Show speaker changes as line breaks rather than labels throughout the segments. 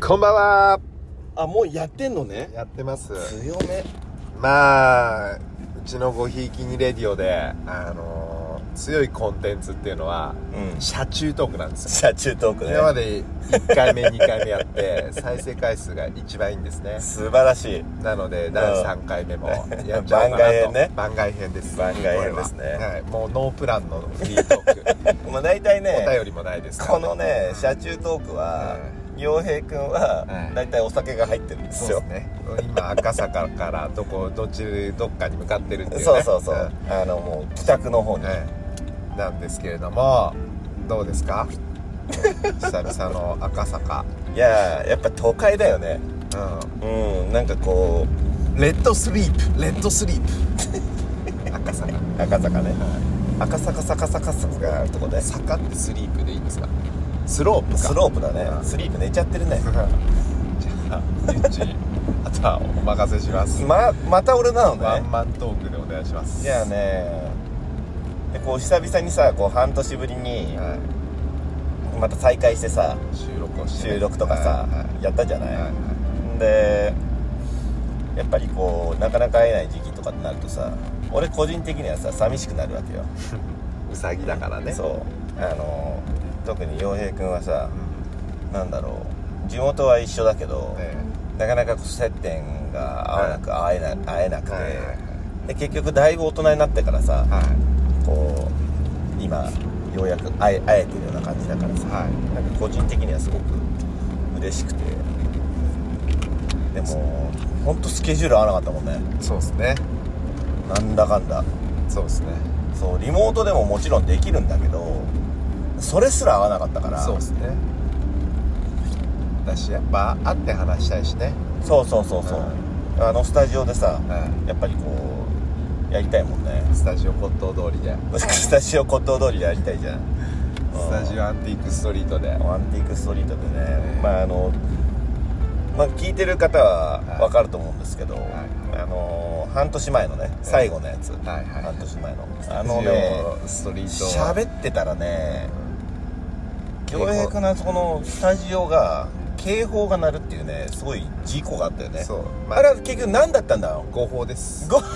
こんばんは
あもうやってんのね
やってます
強め
まあうちのごひいきにレディオであのー強いコンテンツっていうのは
うん
車中トークなんですよ
車中トークね
今まで1回目2回目やって再生回数が一番いいんですね
素晴らしい
なので第3回目もやっちゃおうかなと
番外編ね
番外編です
番外編ですね
これははい、もうノープランのフリートーク
まあ大体
お
ね
便りもないですから
このね車中トークは洋平くんは
うん
大体お酒が入ってるんです
そう
よ
ですね今赤坂からどこどっちどっかに向かってるっていう、ね、
そうそうそ
ん
うあのもう帰宅の方に
ええなんですけれどもどうですか久々の赤坂、
いやーやっぱ都会だよね
う
うんなんかこ
ん、レッドスリープレッドスリープ 赤坂
う赤坂ね赤坂坂坂坂のとこで
坂ってスリープでいいんですかスロープか
スロープだね
うん
スリープ寝ちゃってるね
じゃあゆっちあとはお任せします
ままた俺なの
ワ
ね
ンマントークでお願いします
じゃあねでこう久々にさこう半年ぶりに
は
また再開してさ
い、収録をしてね
収録とかさ
はい
やったじゃ
はい
ない、
はい
でやっぱりこうなかなか会えない時期とかになるとさ俺個人的にはさ寂しくなるわけよ、
うさぎだからね
そうあの特に洋平君はさ
うん
なんだろう地元は一緒だけど、
え
なかなか接点が合わなく、会えな会えなく
え
て、
はいはい
で結局だいぶ大人になってからさ
はい
こう今ようやく会え会えてるような感じだからさ
はい
なんか個人的にはすごく嬉しくてでもほんとスケジュール合わなかったもんね
そうですね
なんだかんだ
そうですね
そうリモートでももちろんできるんだけどそれすら合わなかったから
そうですねだしやっぱ会って話したいしね
そうそうそうそうあのスタジオでさ
う
やっぱりこうやりたいもんね
んスタジオ骨董通りで
スタジオ骨董通りでやりたいじゃん
スタジオアンティークストリートではい
アンティークストリートでね
え、
まああのまあ、聞いてる方は分かると思うんですけど、
い
あの半年前のね最後のやつ、
はい
半年前のあ
あ
の
の
ね
ねストリートは
喋ってたらね
警報
恭平君のそこのスタジオが警報が鳴るっていうねすごい事故があったよね
そうま
あれ
あ
は結局何だったんだろう
誤報です
ご
はい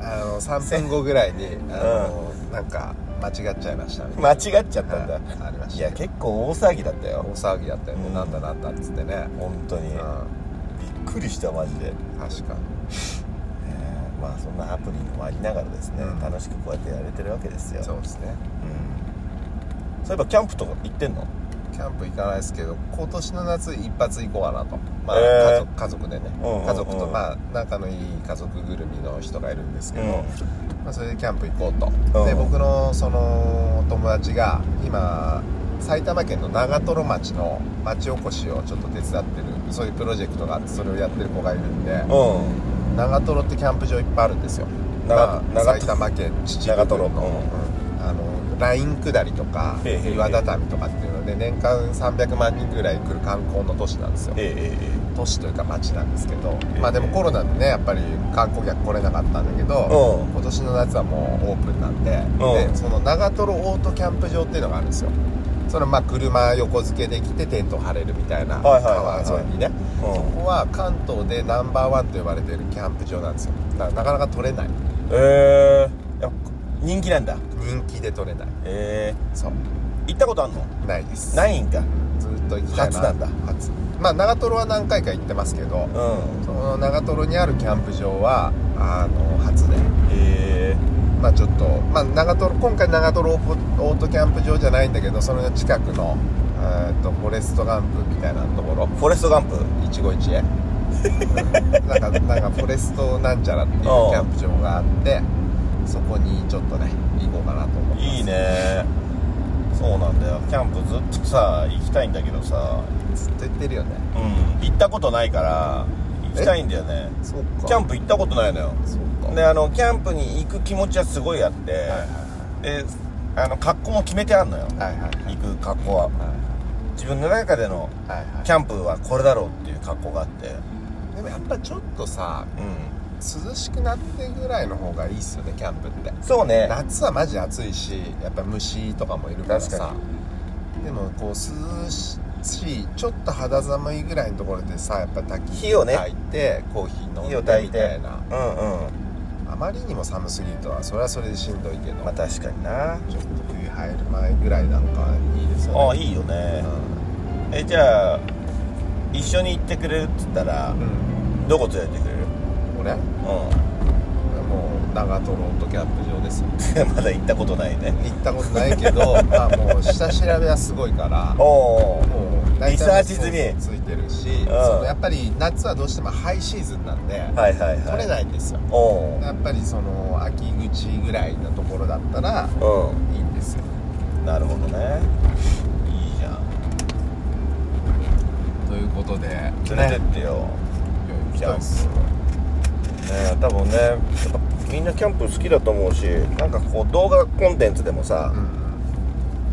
あの3分後ぐらいにあのなんか間違っちゃいましたみたいな
間違っちゃったんだ、
はいありま
い、
した
や結構大騒ぎだった
大
よ
騒ぎだったよ
う
ね
ん
なんだなんだっつってね
本当に、
うん
びっくりしたマジで
確か
えーまあそんなアプリにもありながらですね、
うん
楽しくこうやってやれてるわけですよ
そうですね
うんそういえばキャンプとか行ってんの
キャンプ行かないですけど今年の夏一発行こうかなと、まあ
えー
家族家族でね、
うんうんうん
家族とまあ仲のいい家族ぐるみの人がいるんですけど、まあ、それでキャンプ行こうと、
うん
で僕のその友達が今埼玉県の長瀞町の町おこしをちょっと手伝ってるそういうプロジェクトがあってそれをやってる子がいるんで、
うん、
長瀞ってキャンプ場いっぱいあるんですよ
長
まあ
長瀞
埼玉県秩
長
父
瀞
郡の、うんあのライン下りとか
へえへえ
岩畳とかっていうので年間300万人ぐらい来る観光の都市なんですよ
えええ
都市というか町なんですけど、
ええ
まあでもコロナでねやっぱり観光客来れなかったんだけ
え
ど、
う
今年の夏はもうオープンなんで、
うん
でその長瀞オートキャンプ場っていうのがあるんですよそれまあ車横付けできてテント張れるみたいな
はいはいはいはい
川沿いにね、そ
ん
こは関東でナンバーワンと呼ばれているキャンプ場なんですよだからなかなか取れない
ええや人気なんだ
人気で取れない
え
そう
え行ったことあんの
ないです
ないんか
ずっと行きたいな
初なんだ
初まあ長瀞は何回か行ってますけど
うん
その長瀞にあるキャンプ場はあの初で
ええ
まあちょっと、まあ、長瀞今回長瀞オープオートキャンプ場じゃないんだけどそれの近くのえーとフォレストガンプみたいなところ
フォレストガンプ
一期一会うんなんかなんかフォレストなんちゃらっていうキャンプ場があってそこにちょっとね行こうかなと思ってます
いいねそうなんだよキャンプずっとさ行きたいんだけどさ
ずっと言ってるよね
うん行ったことないから行きたいんだよね
そうか
キャン
プ
プ行ったことないのよ
そうか
であのキャンプに行く気持ちはすごいあって、
はい
であの格好も決めてあんのよ
はいはい
行く格好は自分の中での
はいはい
キャンプはこれだろうっていう格好があって
でもやっぱちょっとさ
うん
涼しくなってぐらいの方がいいっすよねキャンプって
そうね
夏はマジ暑いしやっぱ虫とかもいるからさ
確か
でもこう涼ししちょっと肌寒いぐらいのところでさやっぱ焚き
火をね
焚いてコーヒー飲ん
火を
で
焚い
み
て
たいな
うんうん
あまりにも寒すぎるとはそれはそれでしんどいけど、
まあ確かにな
ちょっと冬入る前ぐらいなんかいいですよね
ああいいよ
う
ね
ん
えじゃあ一緒に行ってくれるっつったらどこ連れてくれる
うん、俺
う
もう長瀞ロートキャンプ場ですよ
ん まだ行ったことないね
行ったことないけど まあもう下調べはすごいから
おおー
もう
リサーチ済み
ついてるし、
ん
そのやっぱり夏はどうしてもハイシーズンなんで、
はいはいはい
取れないんですよ
おお
やっぱりその秋口ぐらいのところだったら
う
いいんですよ
んなるほどねいいじゃん
ということで
連れて
ね
ってよ、
良いキャンプ
ね多分ねやっぱみんなキャンプ好きだと思うしなんかこう動画コンテンツでもさ
う、ん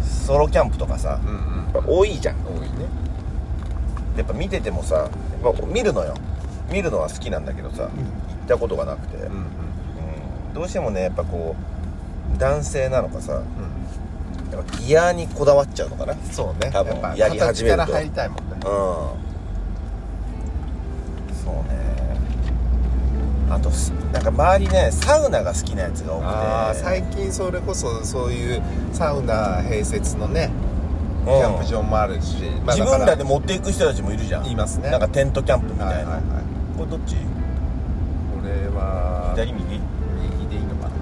ソロキャンプとかさ
うんうん
やっぱ多いじゃん
多いね
やっぱ見ててもさやっぱ見るのよ見るのは好きなんだけどさ行ったことがなくて、
うん
うんどうしてもねやっぱこう男性なのかさ
うん
やっぱギアにこだわっちゃうのかな
うんそうね
多分
やっぱ
やり始めると
形から入りたいもんね
うんそうねあとすなんか周りねサウナが好きなやつが多くて
ああ最近それこそそういうサウナ併設のね
うん
キャンプ場もあるし、まあ
自分らで
も
持っていく人たちもいるじゃん
いますね
なんかテントキャンプみ
は
た
い
いな、
はいはい
これどっち
これは
左右
右でいいのかな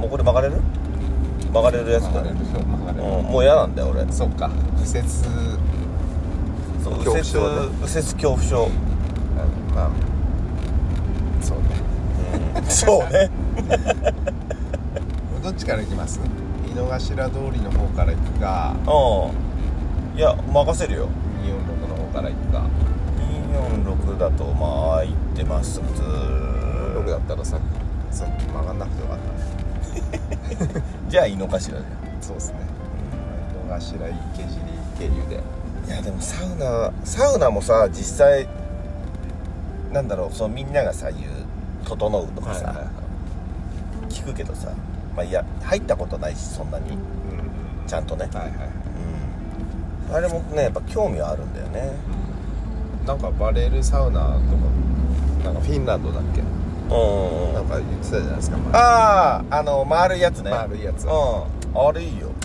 もうこれ曲がれる曲がれるやつだ
曲がれ
ね
るでしょ曲が
う
れ
ん
る、
もう嫌なんだよ俺
そっか右折
そう
恐
右
怖
折
症ね
右折恐怖症
あのまあそうね
うんそうね
どっちから行きます井の頭通りの方から行くか
うんいや任せるよ
246の方から行くか
246だとまあ行ってますずー
僕だったらさっきさっき曲がんなくてよかったね
じゃあ井の頭で
そうですね井の頭池尻渓流で
いやでもサウナサウナもさ実際なんだろうそのみんながさ言う「整う」とかさ、
はいはいはい
聞くけどさまあいや入ったことないしそんなに
うん
ちゃんとね、
はいはいはい
うん、あれもねやっぱ興味はあるんだよね
なんかバレルサウナとかなんかフィンランドだっけ
うん
なんか言ってたじゃないですか前
あああの回るやつね
丸いやつ
うんあれいいよ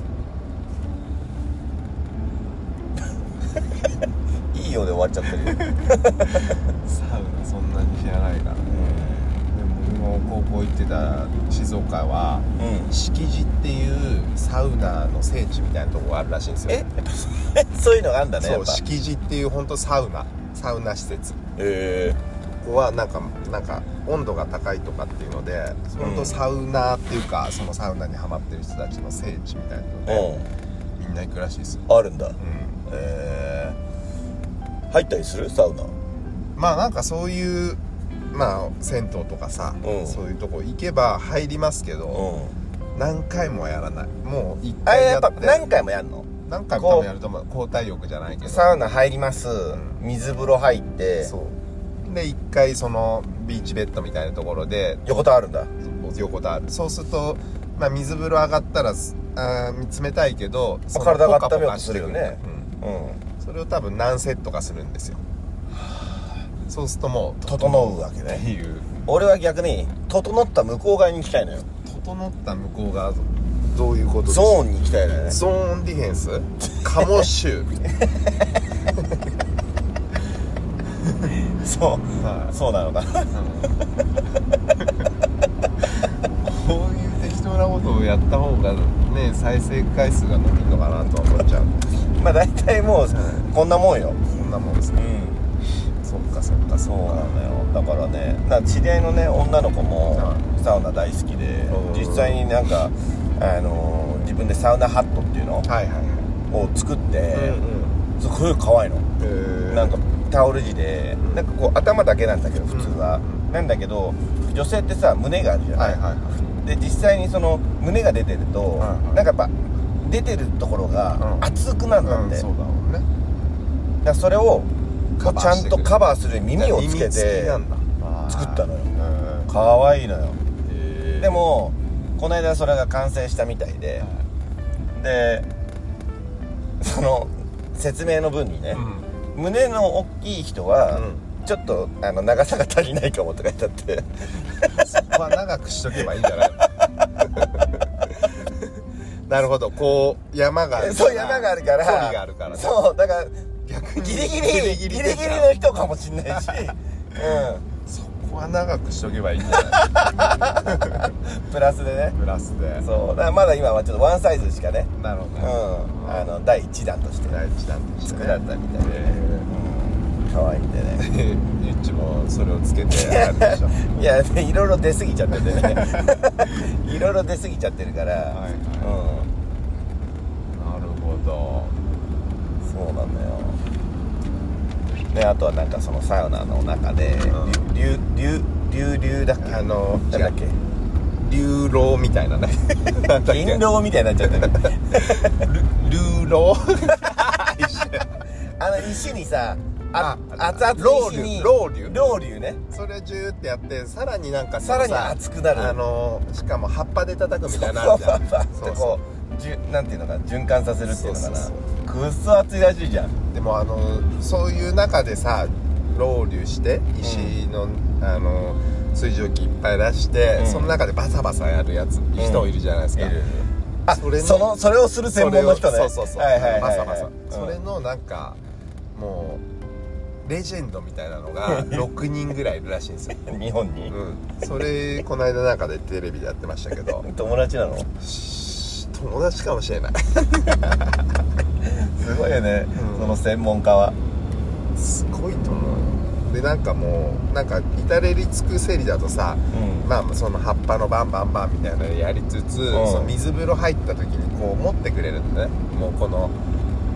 いいよで終わっちゃってるよ、
サウナそんなに知らないからねでも僕も高校行ってた静岡は
うんうん、
敷地っていうサウナの聖地みたいなとこがあるらしいんですよ
えやっぱそそういうのがあんだねや
そ
っ
う
ぱ
敷地っていう本当サウナサウナ施設こ
え
こはなんかなんか温度が高いとかっていうので本当サウナーっていうか、そのサウナにハマってる人たちの聖地みたいなの
え
で、みんな行くらしいですよ、
うんあるんだ
うん、
ええ入ったりするサウナ
まあなんかそういうまあ銭湯とかさ、
うん
そういうとこ行けば入りますけど、
ん
何回もはやらないもう一
あ
回
れや
や
っぱ
って
何回もやんの
何回も多分やると思う交代浴じゃないけど
サウナ入ります、
ん
水風呂入って
そうで一回そのビーチベッドみたいなところで
横たわるんだ
横たわるそうすると、まあ、水風呂上がったらすあー冷たいけどその
体が
ポ
温めよう
カポカ
と
し
す
て
る
く
よ
る
ね
うん
うん
それを多分何セットかするんですよそうするともう
整うわけ
っ
ね
ていう
俺は逆に整った向こう側に行きたいのよ
整った向こう側どういうことですか
ゾーンに行きたいのよね
ゾーンディフェンス カモシ ュみたい
そう
な
そうなのかな
こういう適当なことをやった方がね再生回数が伸びるのかなとは思っちゃう
まあ大体もうこんなもんよ
そんなもんです
う
ね
ん
そっかそっかそ
そう
っ
な
か
のよだからねだから知り合いのね女の子も
う
サウナ大好きで
うん
実際になんか、あのー自分でサウナハットっていうの
はいはいはい
を作っ
え
て、すごい可愛いの、
え
なんかタオル地で、
うん
なんかこう頭だけなんだけど普通は、
うん
なんだけど女性ってさ胸があるじゃな
はい
い、
はいはい
で実際にその胸が出てると、
はいはい
なんかやっぱ出てるところが
うん
熱くなるんだっ
うん
て、
そうだもんね
だからそれをこ
カ
う
バ
ち
ー
ゃ
して
ん
くれ
と
る
カバーする耳をつけ
耳付
て
きなんだあー
作ったのよ
うん
可愛いのよ
えー
でもこの間それが完成したみたいででその説明の分にね、
うん
胸の大きい人は、ちょっとあの長さが足りないかもとか言ったって
そこは長くしとけばいいんじゃ ないなるほどこう山があるから
そう山があるから
距離があるからね
そうだから
逆に
ギリ
ギ
ギリ
リ
ギリ
ギ
ギ
リ
リ
で
の人かもし んないし、
そこは長くしとけばいいんじゃない
うん、プラスでね
プラスで
そうだからまだ今はちょっとワンサイズしかね、
なるほど
うん、
ね
あの第1弾として、
第一弾としてね
作られたみたいで
え
うん、可愛いんでね
ーゆっちもそれをつけてあるでしょ
いやいろいろ出過ぎちゃってて ねいろいろ出過ぎちゃってるから、
はいはなるほど
うん、そうなんだよね、あとはなんかそのサウナの中で
うん
流流流流だっけ
あの
なんだっけ
流浪みたいなねなんだっけ
銀狼みたいになっちゃった ね
流浪
あの石にさ
あ
あ熱々の石に
ロウリュ
ロウリュね
それジューってやってさらになんか
さらに熱くなる
あのしかも葉っぱで叩くみたいな
そ
のあ
う
るじゃん
そうそうってこうじゅなんていうのか循環させるっていうのかなくっそ熱いらしいじゃん
でもあのそういう中でさロウリュして石の,、あの水蒸気いっぱい出して、
うん
その中でバサバサやるやつ、人いるじゃないですか
あ
そ
そ
れ
れ
に
のそれをする専門の人ね
それをそうそうそう、
はいはいはい
バ
はい
サバサ、
うん
それのなんかもうレジェンドみたいなのが 6人ぐらいいるらしいんですよ、
日本に、
うん、それこの間なんかでテレビでやってましたけど
友達なの
し友達かもしれない
すごいよね、
うん
その専門家は
すごいと思うよでなんかもうなんか至れり尽くせりだとさ
うん
まあその葉っぱのバンバンバンみたいなのやりつつ、
ん
その水風呂入った時にこう持ってくれるんだねもうこの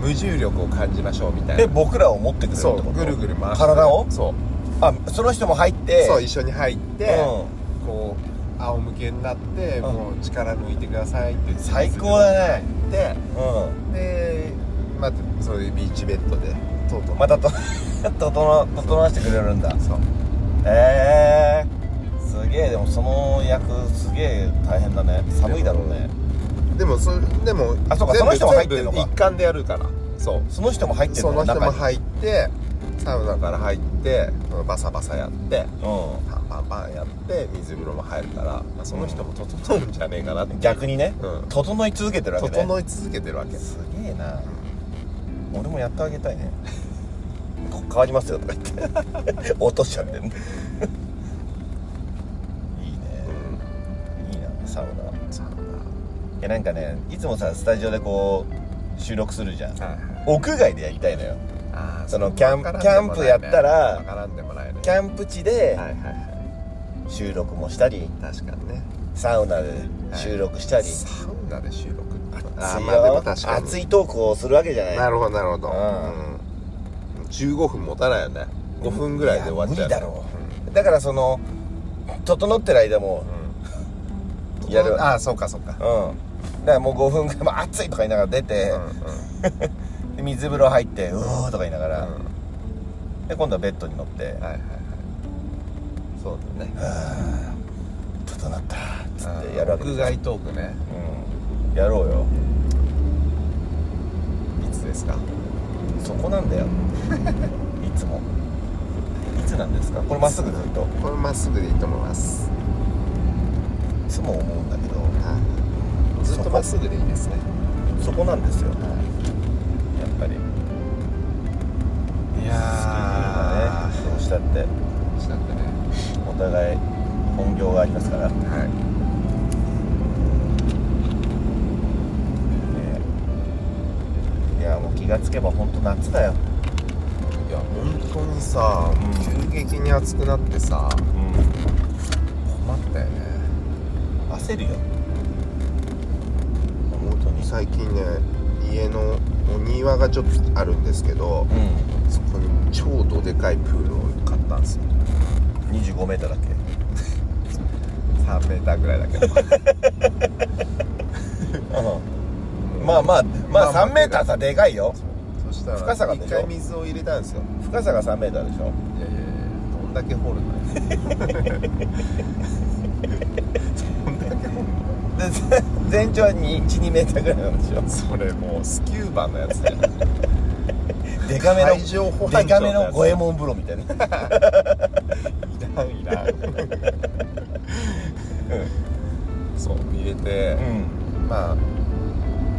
無重力を感じましょうみたいな
で僕らを持ってくれるって
そ
こと
うぐるぐる回して
体を
そう,、
あその人も入って
そう
っ
一緒に入って、こう仰向けになって、
ん
もう力抜いてくださいって
最高だね
で
う
でまたそういうビーチベッドでとうとうん
またと 整整わしてくれるんだ
そう
ええすげえでもその役すげえ大変だね寒いだろうね
でもそれでも
あそうか
全部
その人も入ってんのか
全部一貫でやるからそう
その人も入ってる
その人も
っ
入ってサウナから入ってバサバサやってパンパンパンやって水風呂も入るから、まあ、その人も整うんじゃねえかなって
うん、逆にね、
うん
整い続けてるわけね
整い続けてるわけ
すげえな俺もやってあげたいねここ変わりますよとか言って落としちゃっていいね
うん
いいなサウナい
サウ
やなんかねいつもさスタジオでこう収録するじゃん
ナはいはい
屋外でやりたいのよ
あー
そのキャン
わからんでもないね
キャンプやったら
わからんでもないね
キャンプ地で
はいはいは
収録もしたり
い確かにね
サウナで収録したり、
サウナで収録あ
熱い
ーま
よ
あでも確かに
熱いトークをするわけじゃない
なるほどなるほど、
う
うん、15分持たないよね5分ぐらいで終わっちゃう
いや無理だろうだからその整ってる間も
うん、
やる
ああそうかそうか、
うんだからもう5分ぐらい、 まあ、暑いとか言いながら出て、
う
で水風呂入ってうーとか言いながら、
んうん
で今度はベッドに乗って
はいはいはいそうだね
「整った」っつってやるわけ
屋
ですよ
外トークね
うんやろうよ
いつですか
そこなんだよ いつもいつなんですかこれまっすぐずっと
これまっすぐでいいと思います
いつも思うんだけど
はいずっとまっすぐでいいですね
そこなんですよやっぱり
い
スケジュールがねどうしたって
ーしたってね
お互い本業がありますから、ね、
は
いやもう気がつけば本当夏だよ
いいや本当にさ急激に暑くなってさ
うん
困ったよね
焦るよ本当に
最近ね家のお庭がちょっとあるんですけど
う
そこに超どでかいプールを買ったんですよ
ん 25m だっけ
3メーターぐらいだけど
うん まあまあまあ3メーターさでかいよ
そしたら
深さがでし
一
ょ
回水を入れたんですよ
深さが3メーターでしょ
いやいやいやどんだけ掘るのどんだけ 掘るの
でぜ全長は12メーターぐらいなんでしょ
それもうスキューバのやつじゃん
デカめの
海上保安庁のや
デ
つ
カめの五右衛門風呂みたいな
いらんい らんそう入れて、
うん
まあ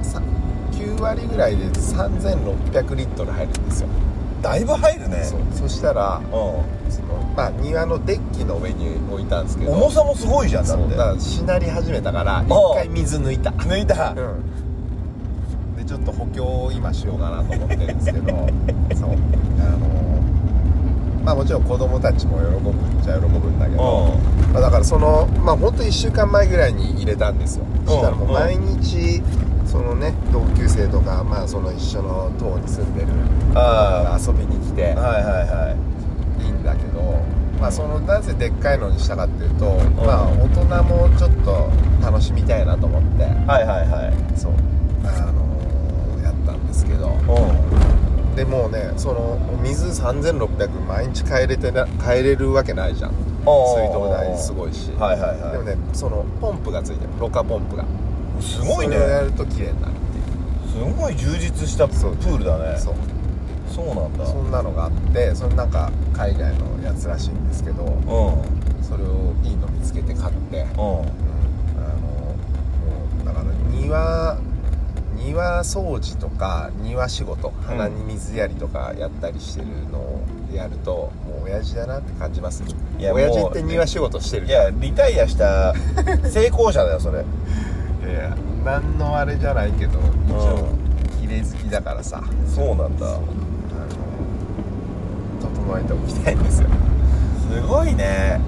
さ9割ぐらいで3600リットル入るんですよ、
だいぶ入るね
そうそしたら
う
その、まあ、庭のデッキの上に置いたんですけ
ん
ど
重さもすごいじゃんだ
そうだ
っ
からしなり始めたから
おう
一回水抜いた
て抜いた
うんでちょっと補強を今しようかなと思ってるんですけ どそうあのまあもちろん子供たちも喜ぶっちゃ喜ぶんだけど
う
まあ、だからそのまあ本当1週間前ぐらいに入れたんですよそしたらもう毎日そのね同級生とか、まあ、その一緒の棟に住んでる
んあ
遊びに来て
あはいはいはい
いいんだけど、まあ、そのなぜでっかいのにしたかっていうと、
ん
まあ大人もちょっと楽しみたいなと思って
はいはいはい
そうあのーやったんですけど
う
でもうねその水3600毎日変えれてな変えれるわけないじゃん水
おう
道代すごいし
んはいはい
でも
は
ねそのポンプがついてるろ過ポンプが
いすごいね
それをやると綺麗になるっていう
すごい充実したプ
そう
ールだね
そう
そうなんだ
そんなのがあってそのなんか海外のやつらしいんですけど
う
それをいいの見つけて買って
んうん
あのもうだから庭庭掃除とか庭仕事花に水やりとかやったりしてるのをやると、もう親父だなって感じます
いや
親父
もう
って庭仕事してる
い
じゃん
やリタイ アした成功者だよそれ
いや何のあれじゃないけど一応綺麗好きだからさ、
そうなんだ
あの整えておきたいんですよだ
すごいね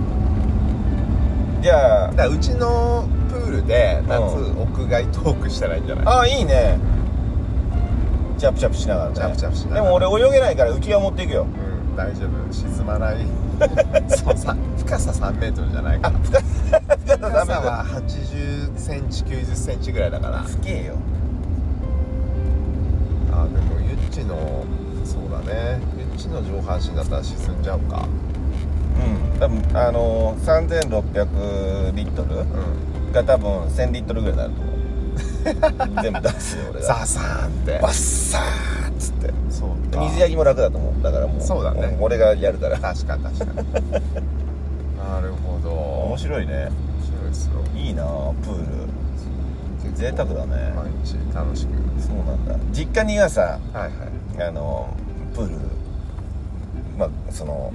じゃあ
からうちのプールで夏、
う
屋外トークしたらいいんじゃない
あいいねチャプチャプしながらね
チャプチャプしながら
でも俺泳げないから浮き輪持っていくよ
うん大丈夫沈ま ないそうさ深さ3メートルじゃないから深
深さ
さは8 0ンチ9 0ンチぐらいだから
すげえよ
あでもゆっちのそうだねゆっちの上半身だったら沈んじゃうか
うん多分あのー、3600リットル
う
が多分1000リットルぐらいになる と思う全部出すよ俺
ん
が
ザーサーンって
バッサーっつって
そうか
水やりも楽だと思うだからもう
そうだね
も俺がや るから
確か確か なるほど
面白いね
面白いですよ
いいなあプール贅沢だね
毎日楽しく
そうなんだ実家にはさ
はいはい
あのプールまあその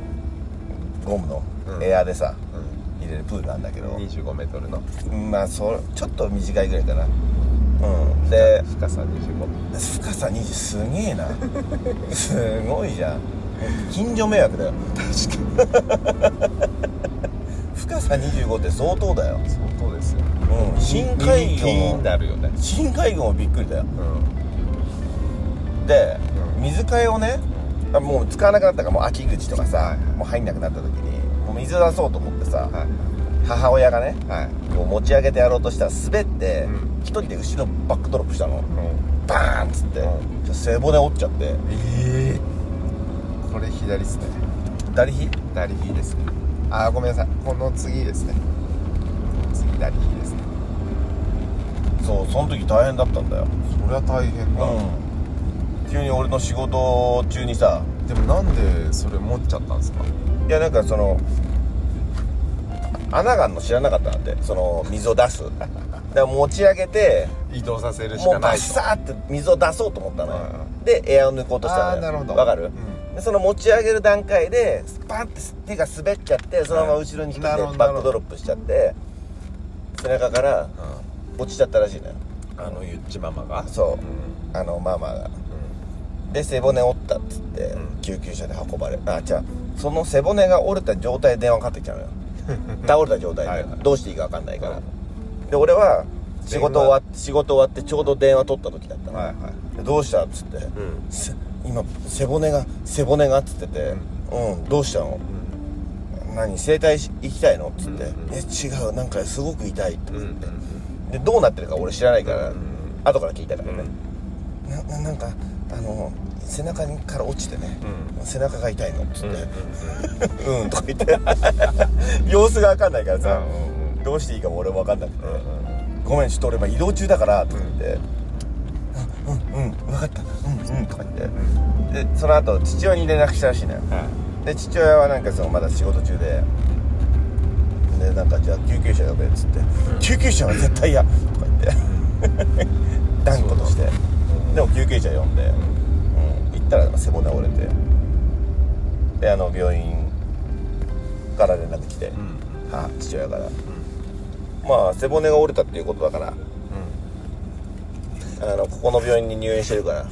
ゴムの
うん
エアでさ、
う
入れるプールなんだけど
ん、25メートルの
まあそちょっと短いぐらいかなうんで
深さ25
深さ20すげ えなすごいじゃん近所迷惑だよ
確か
深さ25って相当だよ、
に相当ですよ
うん、深海
気に
魚
な
も
るよね
深海魚もびっくりだよ
うん
で
うん
水替えをねあもう使わなくなったからもう秋口とかさ
はいはい
もう入んなくなった時にもう水出そうと思ってさ
はい
母親がね
はい
こう持ち上げてやろうとしたら滑って、
うん
一人で後ろバックドロップしたの
うん
バーンっつって、
うん
じゃあ背骨折っちゃって
ええこれ左ですね
左ひ
左ひですねあーごめんなさいこの次ですね次左ひですね
そうその時大変だったんだよ、
そりゃ大変
うん、急に俺の仕事中にさ
でもなんでそれ持っちゃったんですか
いやなんかその穴があるの知らなかったんだってその水を出 すだから持ち上げて
移動させるし
も
か
う
な
バ
いと
ッサーって水を出そうと思ったのよ、
うんう
でエアを抜こうとしたのよ
あーなるほど
わかる、
うん
でその持ち上げる段階でスパンって手が滑っちゃってそのまま後ろに引いて
な
バ
るほどなる
ッ
ほど
クドロップしちゃって背中から落ちちゃったらしいのよ
あのゆっちママが
そううんあのママが
う
で背骨折ったっつって
うん
救急車で運ばれあじゃあその背骨が折れた状態で電話かかってきた のよ倒れた状態で
はいはい
どうしていいか分かんないから
う
で俺は仕
電話
事終わって仕事終わってちょうど電話取った時だった
ん
の、
はいはい
でどうしたっつって、
ん
せ今背骨が背骨がっつっててうん、どうしたの何整体し行きたいのっつっ
う
て、
んうん
え違うなんかすごく痛いって、
うん
でどうなってるか俺知らないから、
うんうん
後から聞いたから
う
ね、
ん
なななんかあの背中にから落ちてね、
う
背中が痛いのっつって「 うん」とか言って様子が分かんないからさ、
うん
どうしていいかも俺も分かんなくて「
うん
ごめんちょっと俺今移動中だから」とか言って「あうんうん分かったうんうん」とか言ってでその後父親に連絡したらしいのよで父親はなんかそのまだ仕事中ででなんかじゃあ救急車呼べっつって「救急車は絶対嫌」とか言って断固としてでも救急車呼んで、うん、行ったらなんか背骨折れてであの病院から連絡来て、
うん
母父親から、まあ背骨が折れたっていうことだからあのここの病院に入院してるから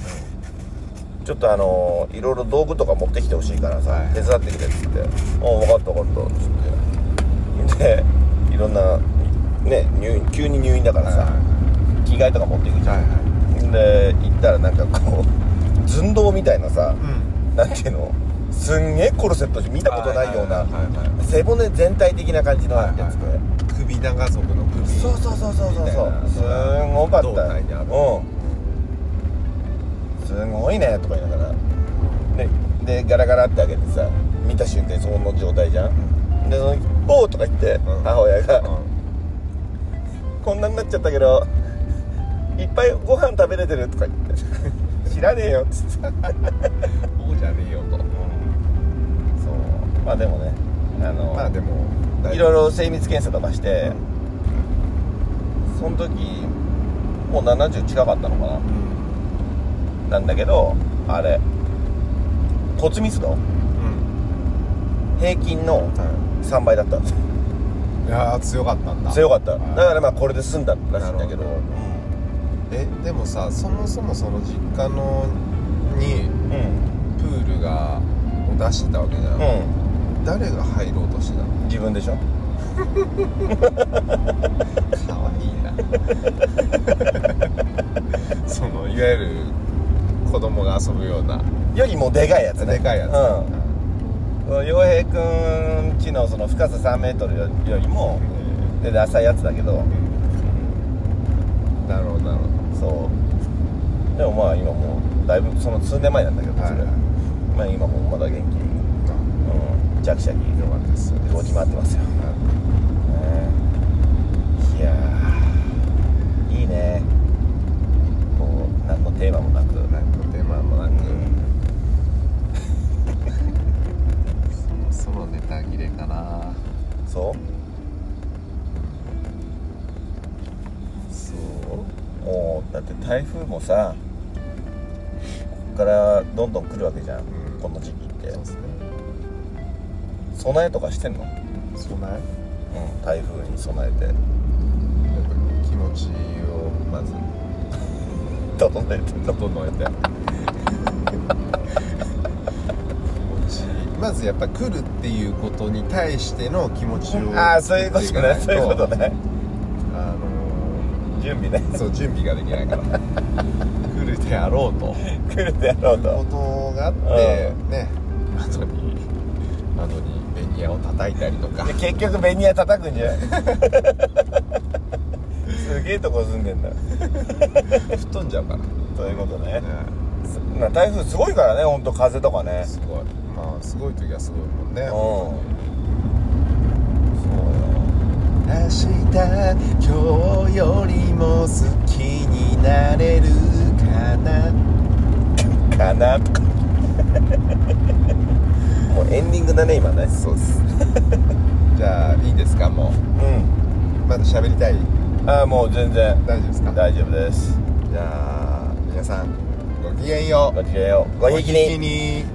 ちょっとあのいろいろ道具とか持ってきてほしいからさ、
はい
手伝ってくれっつって「おう分かった分かった」っつってでいろんなね入院急に入院だからさ、着替えとか持っていくじゃん、で行ったらなんかこう寸胴みたいなさ、なんていうのすんげえコルセット見たことないような背骨全体的な感じのやつで、
首長族の首
そうそうそうそうそう
みたい
そう
な
すんごかった
胴体にある
うんすごいねとか言いながらででガラガラって開けてさ見た瞬間にそこの状態じゃん、でその「おう」とか言って、
うん
母親が、
う
こんなになっちゃったけどいっぱいご飯食べれてる」とか 言って「知らねえよ」っつって
ん王じゃねえよと
そうまあでもねあの、
まあでも
いろい
ろ
ろ精密検査とかして、その時もう70近かったのかななんだけどあれ骨密度平均の3倍だったんですよ
いやー強かったんだ
強かっただ
はい
からまあこれで済んだらしいんだけど
なるえでもさそもそもその実家のに
うんうん
プールがを出してたわけじゃん、誰が入ろうとしてたの
自分でしょ
かわいい なそのいわゆる子供が遊ぶような
よりもでかいやつね
でかいやつ、
うん洋平くんちのその深さ3メートルよりもで浅いやつだけど
なるほどなるほ
そうでもまあ今もうだいぶその数年前なんだけど
どは
そ
い
れ、まあ今もまだ元気に、うん、ジャキシャキ
よかったです
動き回ってますよねいやーいいねこう何のテーマもなく、
何のテーマもなく、そろそろネタ切れかな
そうそうもうだって台風もさここからどんどん来るわけじゃん、
うん
この時期って
そうですね
備えとかしてんの、う
そうない
ん、台風に備えて
やっぱり気持ちをまず
整えてんの
整え てまずやっぱ来るっていうことに対しての気持ちを
ああそういうことねそういうことね
あの
準備ね
ーそう準備ができないから来るであろうと
来るでやろう
こと とがあってね窓に窓にベニヤを叩いたりとか
で結局ベニヤ叩くんじ ゃないすげえとこ住んでんだ
吹っ飛んじゃうから、ね、
ということねすまあ台風すごいからね本当風とかね
すごいまあすごい時はすごいもん
う
ね
んそ
明
う
日今日よりも好きになれるかな
よかなとか もうエンディングだね今ね
そうっす じゃあいいですかも
う
うまだ喋りたい
んああもう全然
大丈夫ですか
大丈夫です
じゃあ皆さんごきげんよう
ごきげんようごひいきに
に